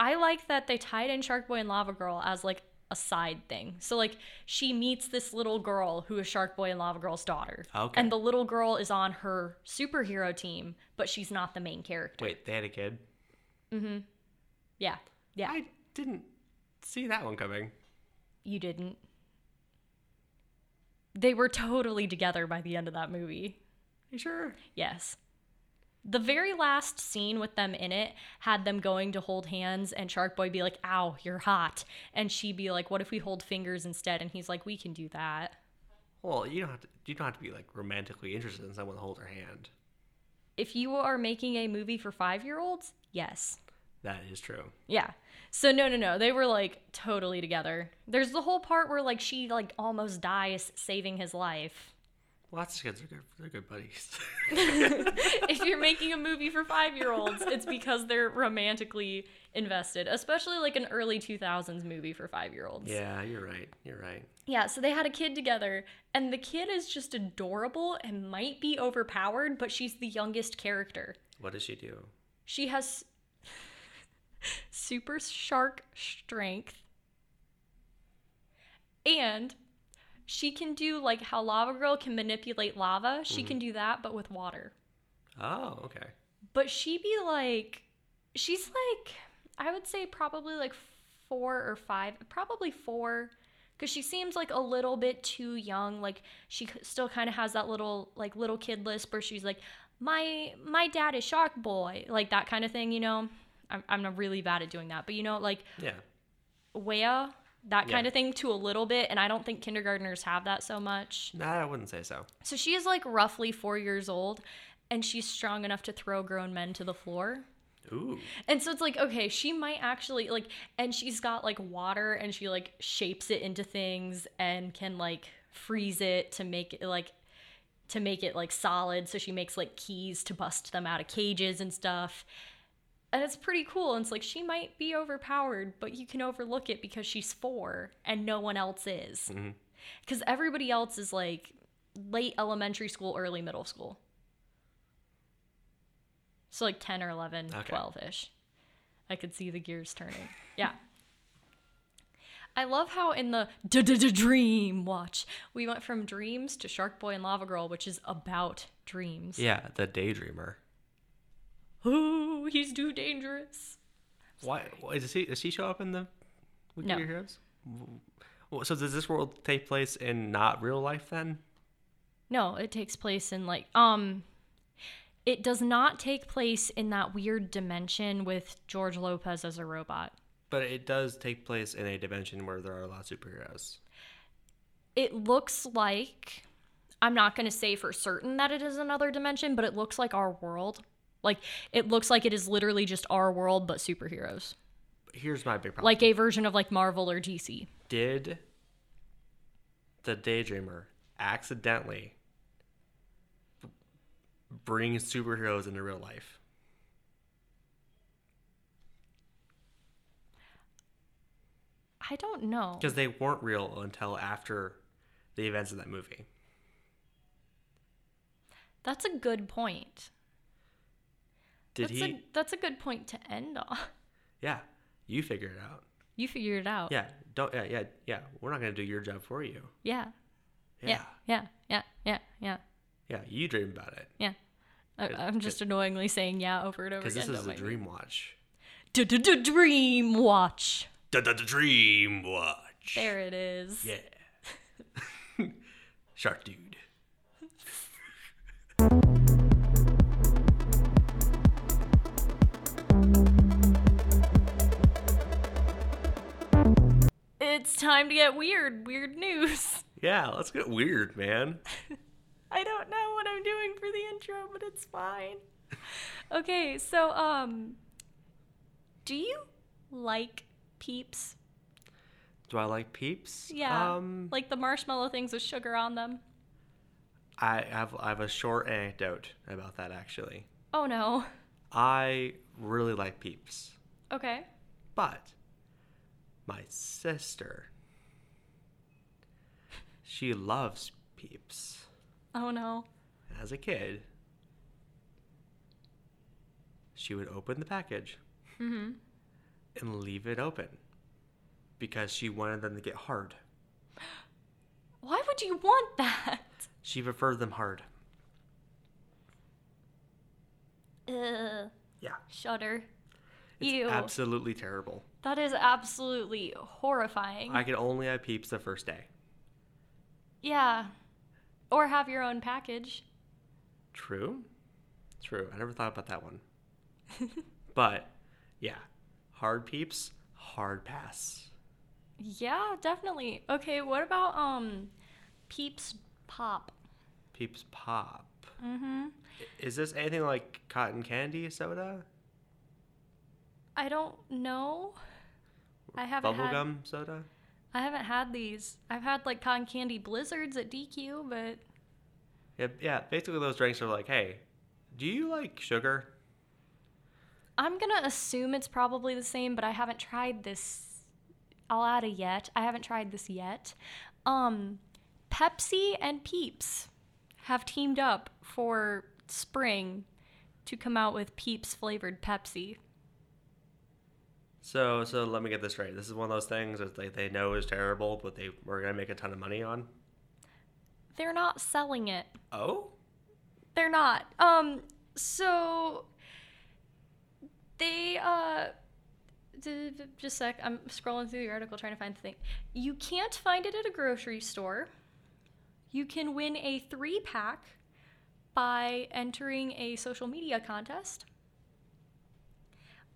[SPEAKER 2] I like that they tied in Shark Boy and Lava Girl as like a side thing. So like she meets this little girl who is Shark Boy and Lava Girl's daughter.
[SPEAKER 1] Okay.
[SPEAKER 2] And the little girl is on her superhero team, but she's not the main character.
[SPEAKER 1] Wait, they had a kid.
[SPEAKER 2] Yeah. Yeah.
[SPEAKER 1] I didn't see that one coming.
[SPEAKER 2] you didn't. They were totally together by the end of that movie.
[SPEAKER 1] You sure?
[SPEAKER 2] Yes. The very last scene with them in it had them going to hold hands and Shark Boy be like, "Ow, you're hot." And she be like, "What if we hold fingers instead?" And he's like, "We can do that."
[SPEAKER 1] Well, you don't have to. You don't have to be like romantically interested in someone to hold their hand.
[SPEAKER 2] If you are making a movie for 5-year-olds, yes.
[SPEAKER 1] That is true.
[SPEAKER 2] Yeah. So no, no, no. They were like totally together. There's the whole part where like she like almost dies saving his life.
[SPEAKER 1] Lots of kids are good. They're good buddies.
[SPEAKER 2] if you're making a movie for five year olds, it's because they're romantically invested, especially like an early 2000s movie for five year olds.
[SPEAKER 1] yeah, you're right. You're right.
[SPEAKER 2] Yeah, so they had a kid together, and the kid is just adorable and might be overpowered, but she's the youngest character.
[SPEAKER 1] What does she do?
[SPEAKER 2] She has super shark strength. And she can do like how Lava Girl can manipulate lava. She can do that, but with water.
[SPEAKER 1] Oh, okay.
[SPEAKER 2] but she be like she's like i would say probably like four or five probably four because she seems like a little bit too young like she c- still kind of has that little like little kid lisp where she's like my my dad is shark boy like that kind of thing you know i'm, I'm really bad at doing that but you know like
[SPEAKER 1] Yeah.
[SPEAKER 2] where that kind
[SPEAKER 1] Yeah.
[SPEAKER 2] of thing to a little bit and i don't think kindergartners have that so much
[SPEAKER 1] Nah, I wouldn't say so.
[SPEAKER 2] so she is like roughly four years old and she's strong enough to throw grown men to the floor
[SPEAKER 1] Ooh.
[SPEAKER 2] and so it's like, okay, she might actually like, and she's got like water and she like shapes it into things and can like freeze it to make it like, to make it like solid. So she makes like keys to bust them out of cages and stuff. And it's pretty cool. And it's like, she might be overpowered, but you can overlook it because she's four and no one else is.
[SPEAKER 1] mm-hmm.
[SPEAKER 2] Because everybody else is like late elementary school, early middle school. So like 10 or 11,
[SPEAKER 1] Okay.
[SPEAKER 2] 12 ish. I could see the gears turning. Yeah. I love how in the dream watch, we went from dreams to Shark Boy and Lava Girl, which is about dreams.
[SPEAKER 1] Yeah, the daydreamer.
[SPEAKER 2] Ooh, he's too dangerous.
[SPEAKER 1] Why? why- Does he? Does he show up in the Weekly
[SPEAKER 2] No.
[SPEAKER 1] Heroes? Well, so does this world take place in not real life then?
[SPEAKER 2] No, it takes place in like um it does not take place in that weird dimension with George Lopez as a robot.
[SPEAKER 1] But it does take place in a dimension where there are a lot of superheroes.
[SPEAKER 2] It looks like I'm not going to say for certain that it is another dimension, but it looks like our world. Like it looks like it is literally just our world but superheroes.
[SPEAKER 1] But here's my big problem.
[SPEAKER 2] Like a version of like Marvel or DC.
[SPEAKER 1] did the daydreamer accidentally b- bring superheroes into real life?
[SPEAKER 2] I don't know.
[SPEAKER 1] Because they weren't real until after the events of that movie.
[SPEAKER 2] That's a good point.
[SPEAKER 1] Did
[SPEAKER 2] that's
[SPEAKER 1] he?
[SPEAKER 2] a that's a good point to end on.
[SPEAKER 1] Yeah, you figure it out.
[SPEAKER 2] You figured it out.
[SPEAKER 1] Yeah, don't. Yeah, yeah, yeah. We're not gonna do your job for you.
[SPEAKER 2] Yeah.
[SPEAKER 1] Yeah,
[SPEAKER 2] Yeah. Yeah. Yeah. Yeah. Yeah.
[SPEAKER 1] yeah. you dream about it
[SPEAKER 2] Yeah. I,
[SPEAKER 1] Good,
[SPEAKER 2] I'm just annoyingly saying yeah over and over
[SPEAKER 1] because
[SPEAKER 2] again.
[SPEAKER 1] this is
[SPEAKER 2] don't
[SPEAKER 1] a
[SPEAKER 2] mind me.
[SPEAKER 1] dream watch.
[SPEAKER 2] D-d-d-dream watch.
[SPEAKER 1] Da da da dream watch.
[SPEAKER 2] There it is.
[SPEAKER 1] Yeah. Shark dude.
[SPEAKER 2] It's time to get weird. Weird news.
[SPEAKER 1] Yeah, let's get weird, man.
[SPEAKER 2] I don't know what I'm doing for the intro, but it's fine. okay, so um do you like peeps?
[SPEAKER 1] Do I like peeps?
[SPEAKER 2] Yeah.
[SPEAKER 1] Um,
[SPEAKER 2] like the marshmallow things with sugar on them.
[SPEAKER 1] I have I have a short anecdote about that actually.
[SPEAKER 2] Oh no.
[SPEAKER 1] I really like peeps,
[SPEAKER 2] Okay.
[SPEAKER 1] but my sister, she loves peeps.
[SPEAKER 2] Oh no.
[SPEAKER 1] As a kid, she would open the package
[SPEAKER 2] Mhm.
[SPEAKER 1] and leave it open because she wanted them to get hard.
[SPEAKER 2] Why would you want that?
[SPEAKER 1] She preferred them hard.
[SPEAKER 2] Ugh.
[SPEAKER 1] Yeah.
[SPEAKER 2] Shudder.
[SPEAKER 1] It's
[SPEAKER 2] Ew.
[SPEAKER 1] absolutely terrible.
[SPEAKER 2] that is absolutely horrifying.
[SPEAKER 1] I could only have peeps the first day.
[SPEAKER 2] yeah. Or have your own package.
[SPEAKER 1] True. True. I never thought about that one. but yeah, hard peeps, hard pass.
[SPEAKER 2] Yeah, definitely. Okay, what about um Peeps Pop?
[SPEAKER 1] Peeps pop.
[SPEAKER 2] Mm-hmm.
[SPEAKER 1] Is this anything like cotton candy soda?
[SPEAKER 2] I don't know. I haven't had
[SPEAKER 1] Bubblegum soda?
[SPEAKER 2] I haven't had these. I've had like cotton candy blizzards at DQ, but
[SPEAKER 1] Yeah, yeah, basically those drinks are like, hey, do you like sugar?
[SPEAKER 2] I'm gonna assume it's probably the same, but I haven't tried this. I'll add a yet. I haven't tried this yet. Um, Pepsi and Peeps have teamed up for spring to come out with Peeps flavored Pepsi.
[SPEAKER 1] So so let me get this right. This is one of those things that they, they know is terrible, but they we're gonna make a ton of money on.
[SPEAKER 2] They're not selling it.
[SPEAKER 1] Oh?
[SPEAKER 2] They're not. Um, so they uh d- d- just a sec. I'm scrolling through the article trying to find the thing. You can't find it at a grocery store. You can win a three pack by entering a social media contest.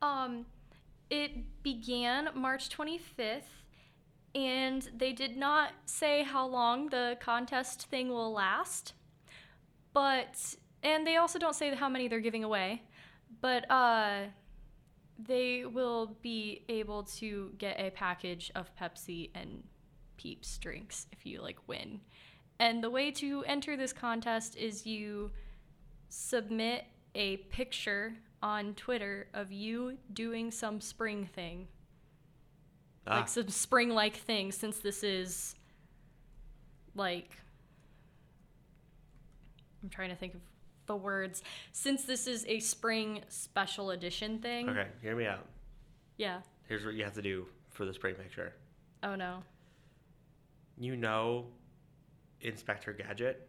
[SPEAKER 2] Um, it began March 25th, and they did not say how long the contest thing will last but and they also don't say how many they're giving away but uh they will be able to get a package of pepsi and peeps drinks if you like win and the way to enter this contest is you submit a picture on twitter of you doing some spring thing
[SPEAKER 1] Ah,
[SPEAKER 2] like some spring like thing since this is like I'm trying to think of the words since this is a spring special edition thing.
[SPEAKER 1] okay, hear me out.
[SPEAKER 2] Yeah.
[SPEAKER 1] Here's what you have to do for the spring picture.
[SPEAKER 2] Oh no.
[SPEAKER 1] You know Inspector Gadget?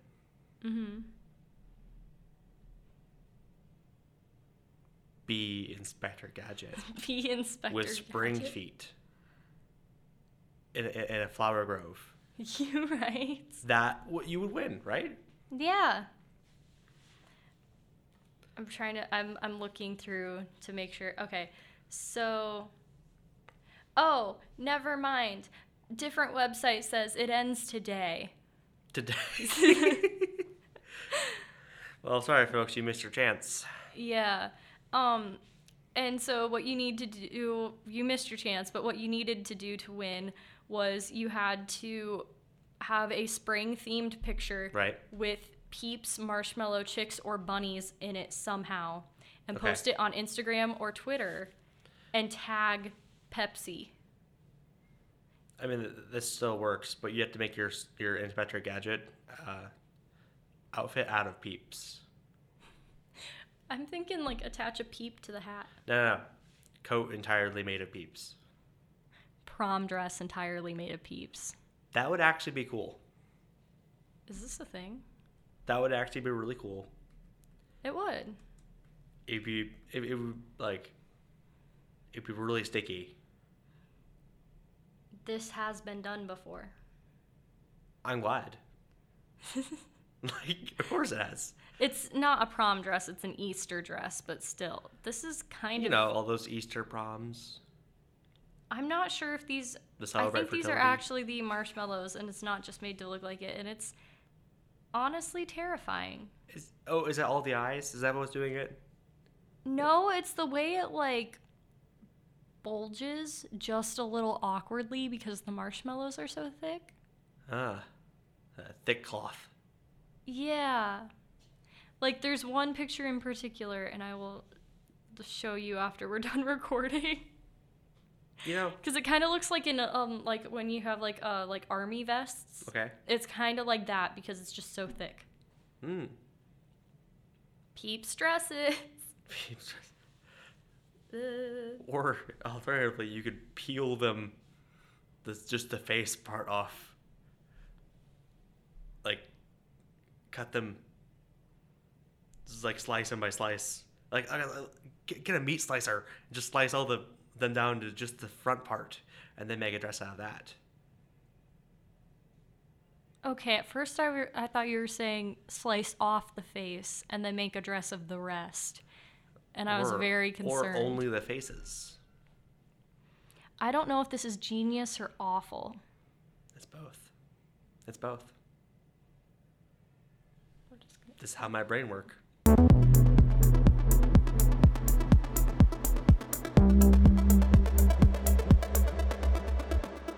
[SPEAKER 2] Mhm.
[SPEAKER 1] Be Inspector Gadget
[SPEAKER 2] Be inspector
[SPEAKER 1] with spring
[SPEAKER 2] Gadget.
[SPEAKER 1] feet in a, in a flower grove.
[SPEAKER 2] You right.
[SPEAKER 1] That what you would win, right?
[SPEAKER 2] Yeah. I'm trying to I'm I'm looking through to make sure. Okay. So Oh, never mind. Different website says it ends today.
[SPEAKER 1] Today. well, sorry, folks, you missed your chance.
[SPEAKER 2] Yeah. Um and so what you need to do you missed your chance, but what you needed to do to win was you had to have a spring themed picture
[SPEAKER 1] Right.
[SPEAKER 2] with peeps, marshmallow chicks, or bunnies in it somehow and
[SPEAKER 1] Okay.
[SPEAKER 2] post it on Instagram or Twitter and tag Pepsi.
[SPEAKER 1] I mean, th- this still works, but you have to make your s- your Inspector Gadget uh, outfit out of peeps.
[SPEAKER 2] I'm thinking like attach a peep to the hat.
[SPEAKER 1] No, no, no. Coat entirely made of peeps.
[SPEAKER 2] Prom dress entirely made of peeps.
[SPEAKER 1] That would actually be cool.
[SPEAKER 2] Is this a thing?
[SPEAKER 1] That would actually be really cool.
[SPEAKER 2] It would.
[SPEAKER 1] It'd be it, it would like it'd be really sticky.
[SPEAKER 2] This has been done before.
[SPEAKER 1] I'm glad. like of course it has.
[SPEAKER 2] It's not a prom dress, it's an Easter dress, but still. This is kind
[SPEAKER 1] You
[SPEAKER 2] of
[SPEAKER 1] know all those Easter proms.
[SPEAKER 2] I'm not sure if these.
[SPEAKER 1] The
[SPEAKER 2] I
[SPEAKER 1] celebrate
[SPEAKER 2] think these are
[SPEAKER 1] fertility.
[SPEAKER 2] actually the marshmallows, and it's not just made to look like it. And it's honestly terrifying.
[SPEAKER 1] Is, oh, is that all the eyes? Is that what's doing it?
[SPEAKER 2] No, it's the way it like bulges just a little awkwardly because the marshmallows are so thick.
[SPEAKER 1] Ah, uh, thick cloth.
[SPEAKER 2] Yeah. Like there's one picture in particular, and I will show you after we're done recording.
[SPEAKER 1] You know.
[SPEAKER 2] Because it kind of looks like in a, um like when you have like uh like army vests.
[SPEAKER 1] Okay.
[SPEAKER 2] It's kind of like that because it's just so thick.
[SPEAKER 1] Hmm.
[SPEAKER 2] Peeps dresses.
[SPEAKER 1] Peeps.
[SPEAKER 2] Ugh.
[SPEAKER 1] Or alternatively, you could peel them, the, just the face part off. Like, cut them. Just like slice them by slice. Like, I, I- get, get a meat slicer. And just slice all the them down to just the front part, and then make a dress out of that.
[SPEAKER 2] Okay, at first I, were- I thought you were saying slice off the face and then make a dress of the rest. And I was
[SPEAKER 1] Or-
[SPEAKER 2] very concerned.
[SPEAKER 1] Or only the faces.
[SPEAKER 2] I don't know if this is genius or awful.
[SPEAKER 1] It's both. It's both.
[SPEAKER 2] We're just gonna-
[SPEAKER 1] This is how my brain work.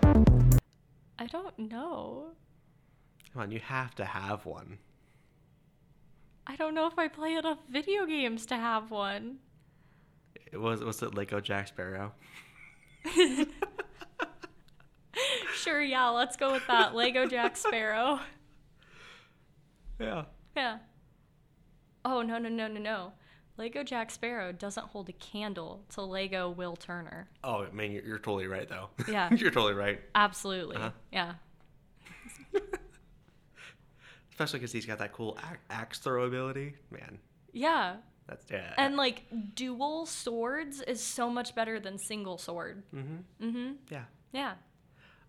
[SPEAKER 2] I don't know.
[SPEAKER 1] Come on, you have to have one.
[SPEAKER 2] I don't know if I play enough video games to have one.
[SPEAKER 1] It was was it Lego Jack Sparrow?
[SPEAKER 2] Sure, yeah, let's go with that. Lego Jack Sparrow.
[SPEAKER 1] Yeah.
[SPEAKER 2] Yeah. Oh, no, no, no, no, no. Lego Jack Sparrow doesn't hold a candle to Lego Will Turner.
[SPEAKER 1] Oh, I mean, you're, you're totally right, though.
[SPEAKER 2] Yeah.
[SPEAKER 1] you're totally right.
[SPEAKER 2] Absolutely.
[SPEAKER 1] Uh-huh.
[SPEAKER 2] Yeah.
[SPEAKER 1] Especially because he's got that cool ac- axe throw ability. Man,
[SPEAKER 2] Yeah.
[SPEAKER 1] that's yeah.
[SPEAKER 2] And like dual swords is so much better than single sword.
[SPEAKER 1] mm-hmm.
[SPEAKER 2] Mm-hmm.
[SPEAKER 1] Yeah.
[SPEAKER 2] Yeah.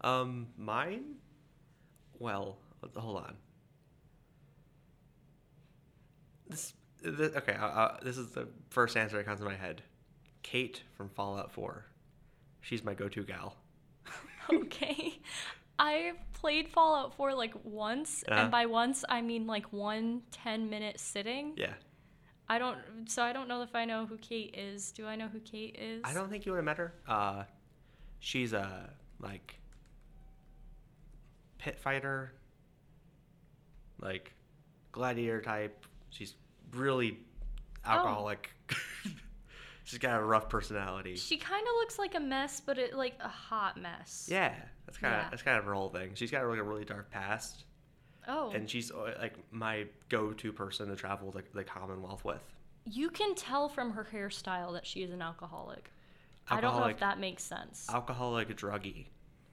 [SPEAKER 1] Um, mine. Well, hold on. This, th okay. Uh, uh, this is the first answer that comes to my head. Kate from Fallout Four. She's my go-to gal.
[SPEAKER 2] Okay. I've played Fallout 4 like once,
[SPEAKER 1] Uh-huh.
[SPEAKER 2] and by once I mean like one 10 minute sitting.
[SPEAKER 1] Yeah.
[SPEAKER 2] I don't, so I don't know if I know who Kate is. Do I know who Kate is?
[SPEAKER 1] I don't think you would have met her. Uh, she's a like pit fighter, like gladiator type. She's really
[SPEAKER 2] Oh.
[SPEAKER 1] alcoholic. she's got a rough personality.
[SPEAKER 2] She kind of looks like a mess, but it like a hot mess.
[SPEAKER 1] Yeah, that's kind of
[SPEAKER 2] Yeah.
[SPEAKER 1] that's kind of her whole thing. She's got like a really dark past,
[SPEAKER 2] Oh,
[SPEAKER 1] and she's uh, like my go-to person to travel the, the Commonwealth with.
[SPEAKER 2] you can tell from her hairstyle that she is an alcoholic. I don't know if
[SPEAKER 1] Alcoholic-
[SPEAKER 2] that makes sense.
[SPEAKER 1] alcoholic druggie.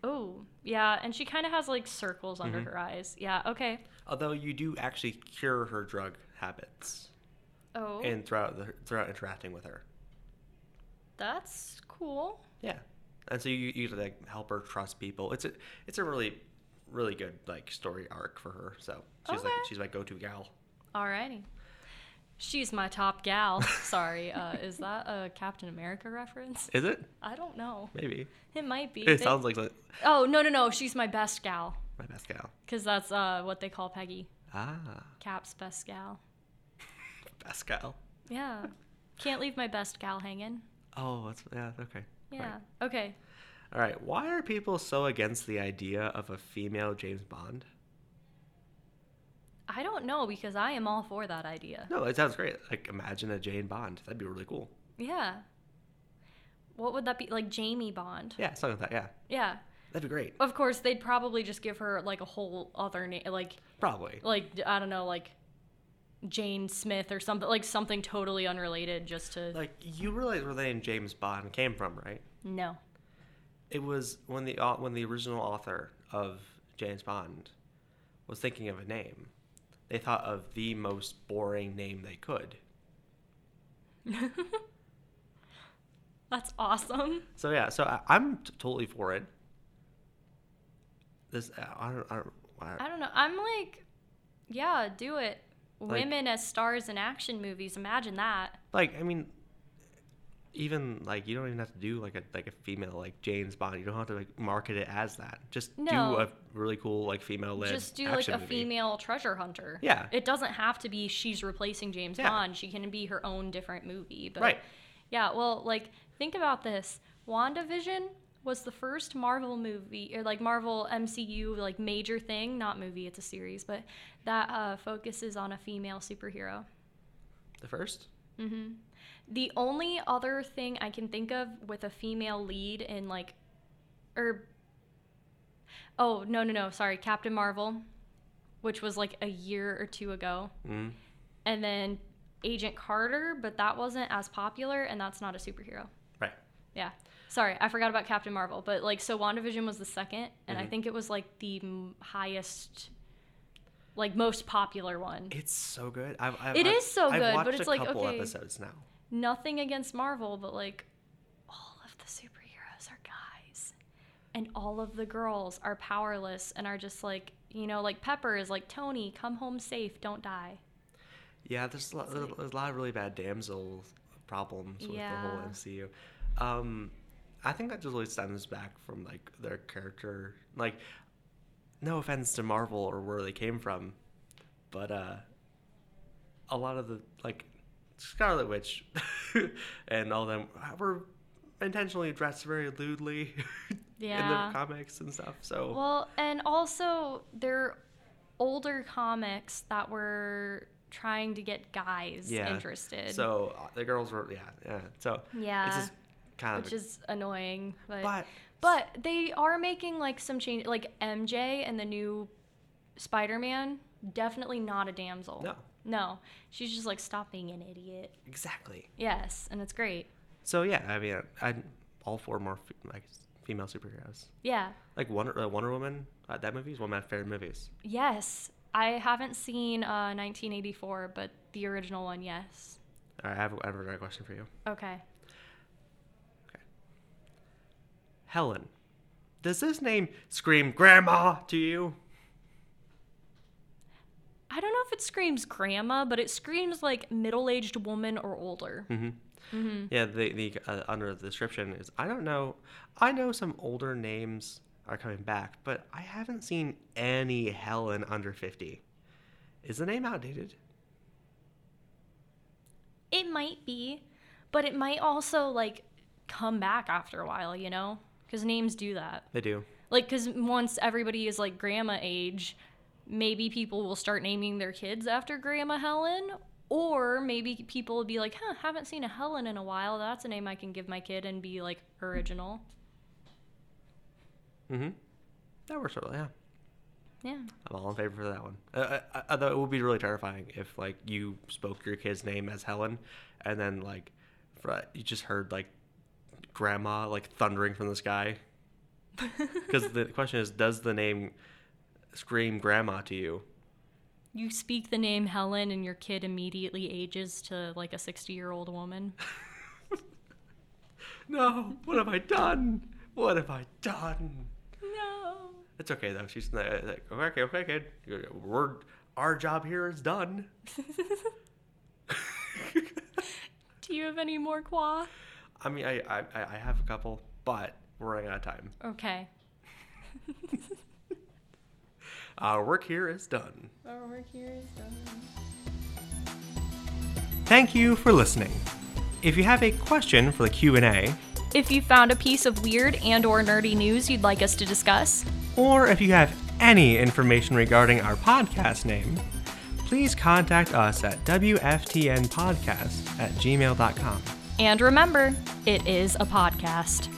[SPEAKER 2] Oh, yeah, and she kind of has like circles under
[SPEAKER 1] Mm-hmm.
[SPEAKER 2] her eyes. Yeah, okay.
[SPEAKER 1] Although you do actually cure her drug habits.
[SPEAKER 2] Oh,
[SPEAKER 1] and throughout the, throughout interacting with her.
[SPEAKER 2] that's cool.
[SPEAKER 1] Yeah, and so you you like help her trust people. It's a it's a really really good like story arc for her. So she's like
[SPEAKER 2] Okay.
[SPEAKER 1] she's my go-to gal.
[SPEAKER 2] Alrighty. She's my top gal. Sorry, uh, is that a Captain America reference?
[SPEAKER 1] Is it?
[SPEAKER 2] I don't know.
[SPEAKER 1] Maybe.
[SPEAKER 2] It might be.
[SPEAKER 1] It
[SPEAKER 2] They-
[SPEAKER 1] sounds like the-
[SPEAKER 2] oh no no no! She's my best gal,
[SPEAKER 1] my best gal.
[SPEAKER 2] cause that's uh, what they call Peggy.
[SPEAKER 1] Ah,
[SPEAKER 2] Cap's best gal.
[SPEAKER 1] best gal.
[SPEAKER 2] Yeah. Can't leave my best gal hanging.
[SPEAKER 1] Oh, that's yeah. Okay.
[SPEAKER 2] Yeah. Okay.
[SPEAKER 1] All right. Why are people so against the idea of a female James Bond?
[SPEAKER 2] I don't know because I am all for that idea.
[SPEAKER 1] No, it sounds great. Like imagine a Jane Bond. That'd be really cool.
[SPEAKER 2] Yeah. What would that be? Like Jamie Bond.
[SPEAKER 1] Yeah, something like that. Yeah,
[SPEAKER 2] Yeah.
[SPEAKER 1] that'd be great.
[SPEAKER 2] Of course, they'd probably just give her like a whole other name, like
[SPEAKER 1] Probably.
[SPEAKER 2] like I don't know, like Jane Smith or something, like something totally unrelated, just to
[SPEAKER 1] Like you realize where the name James Bond came from, right?
[SPEAKER 2] no.
[SPEAKER 1] It was when the au- when the original author of James Bond was thinking of a name, they thought of the most boring name they could.
[SPEAKER 2] That's awesome.
[SPEAKER 1] So yeah, so I, I'm t- totally for it. This I don't I don't. I,
[SPEAKER 2] I don't know. I'm like, yeah, do it.
[SPEAKER 1] Like-
[SPEAKER 2] Women as stars in action movies. Imagine that.
[SPEAKER 1] like I mean, even like you don't even have to do like a like a female like James Bond. You don't have to like market it as that. Just do
[SPEAKER 2] No.
[SPEAKER 1] a really cool like female led
[SPEAKER 2] just do like a
[SPEAKER 1] movie.
[SPEAKER 2] female treasure hunter.
[SPEAKER 1] Yeah.
[SPEAKER 2] It doesn't have to be she's replacing James
[SPEAKER 1] Yeah.
[SPEAKER 2] Bond. She can be her own different movie. But
[SPEAKER 1] Right.
[SPEAKER 2] yeah, well, like think about this. WandaVision was the first Marvel movie or like Marvel MCU like major thing, not movie, it's a series, but that uh, focuses on a female superhero.
[SPEAKER 1] The first.
[SPEAKER 2] The only other thing I can think of with a female lead in like, or oh no no no sorry Captain Marvel, which was like a year or two ago,
[SPEAKER 1] Mm.
[SPEAKER 2] and then Agent Carter, but that wasn't as popular, and that's not a superhero.
[SPEAKER 1] Right.
[SPEAKER 2] Yeah, sorry I forgot about Captain Marvel, but like so WandaVision was the second, and
[SPEAKER 1] Mm-hmm.
[SPEAKER 2] I think it was like the m- highest, like most popular one.
[SPEAKER 1] It's so good. I've, I've,
[SPEAKER 2] It
[SPEAKER 1] I've-
[SPEAKER 2] is so
[SPEAKER 1] I've
[SPEAKER 2] good, but
[SPEAKER 1] watched
[SPEAKER 2] it's
[SPEAKER 1] a
[SPEAKER 2] like,
[SPEAKER 1] couple
[SPEAKER 2] okay.
[SPEAKER 1] episodes now.
[SPEAKER 2] nothing against Marvel, but like all of the superheroes are guys and all of the girls are powerless and are just like, you know, like Pepper is like, Tony, come home safe, don't die.
[SPEAKER 1] Yeah, there's a lot,
[SPEAKER 2] It's like-
[SPEAKER 1] there's a lot of really bad damsel problems with the whole
[SPEAKER 2] Yeah.
[SPEAKER 1] MCU. Um, I think that just really stems back from like their character. Like, no offense to Marvel or where they came from, but uh, a lot of the like Scarlet Witch and all them were intentionally dressed very lewdly in
[SPEAKER 2] Yeah.
[SPEAKER 1] their comics and stuff. So
[SPEAKER 2] Well, and also they're older comics that were trying to get guys
[SPEAKER 1] Yeah.
[SPEAKER 2] interested.
[SPEAKER 1] So uh, the girls were, yeah, yeah. So
[SPEAKER 2] Yeah.
[SPEAKER 1] it's just kind of,
[SPEAKER 2] which is annoying,
[SPEAKER 1] but
[SPEAKER 2] But they are making like some change, like MJ and the new Spider-Man. Definitely not a damsel.
[SPEAKER 1] No.
[SPEAKER 2] No, she's just like stop being an idiot.
[SPEAKER 1] exactly.
[SPEAKER 2] Yes, and it's great.
[SPEAKER 1] So yeah, I mean, I all for more fe- like female superheroes,
[SPEAKER 2] Yeah.
[SPEAKER 1] like Wonder uh, Wonder Woman. Uh, that movie is one of my favorite movies.
[SPEAKER 2] Yes, I haven't seen uh, 1984, but the original one, yes.
[SPEAKER 1] All right, I have, I have another question for you,
[SPEAKER 2] Okay.
[SPEAKER 1] Helen. Does this name scream grandma to you?
[SPEAKER 2] I don't know if it screams grandma, but it screams like middle-aged woman or older.
[SPEAKER 1] Mm-hmm. Yeah, the the uh, under the description is I don't know. I know some older names are coming back, but I haven't seen any Helen under 50. Is the name outdated?
[SPEAKER 2] It might be, but it might also like come back after a while, you know? Because names do that.
[SPEAKER 1] They do.
[SPEAKER 2] Like, because once everybody is like grandma age, maybe people will start naming their kids after Grandma Helen. Or maybe people will be like, huh, haven't seen a Helen in a while. That's a name I can give my kid and be like original.
[SPEAKER 1] Mm-hmm. That works out, yeah.
[SPEAKER 2] Yeah.
[SPEAKER 1] I'm all in favor for that one. Uh, uh, although it would be really terrifying if like you spoke your kid's name as Helen, and then like fr- you just heard like grandma like thundering from the sky. Because the question is, does the name scream grandma to you?
[SPEAKER 2] You speak the name Helen and your kid immediately ages to like a 60 year old woman.
[SPEAKER 1] No. What have I done? What have I done?
[SPEAKER 2] no.
[SPEAKER 3] It's okay though. She's not,
[SPEAKER 1] uh,
[SPEAKER 3] like, okay, okay, okay, kid. We're our job here is done.
[SPEAKER 2] Do you have any more qua?
[SPEAKER 3] I mean, I, I I have a couple, but we're running out of time.
[SPEAKER 2] Okay.
[SPEAKER 3] Our work here is done.
[SPEAKER 2] Our work here is done.
[SPEAKER 1] Thank you for listening. If you have a question for the Q&A,
[SPEAKER 2] If you found a piece of weird and or nerdy news you'd like us to discuss,
[SPEAKER 1] or if you have any information regarding our podcast name, please contact us at wftnpodcast at gmail.com.
[SPEAKER 2] and remember, it is a podcast.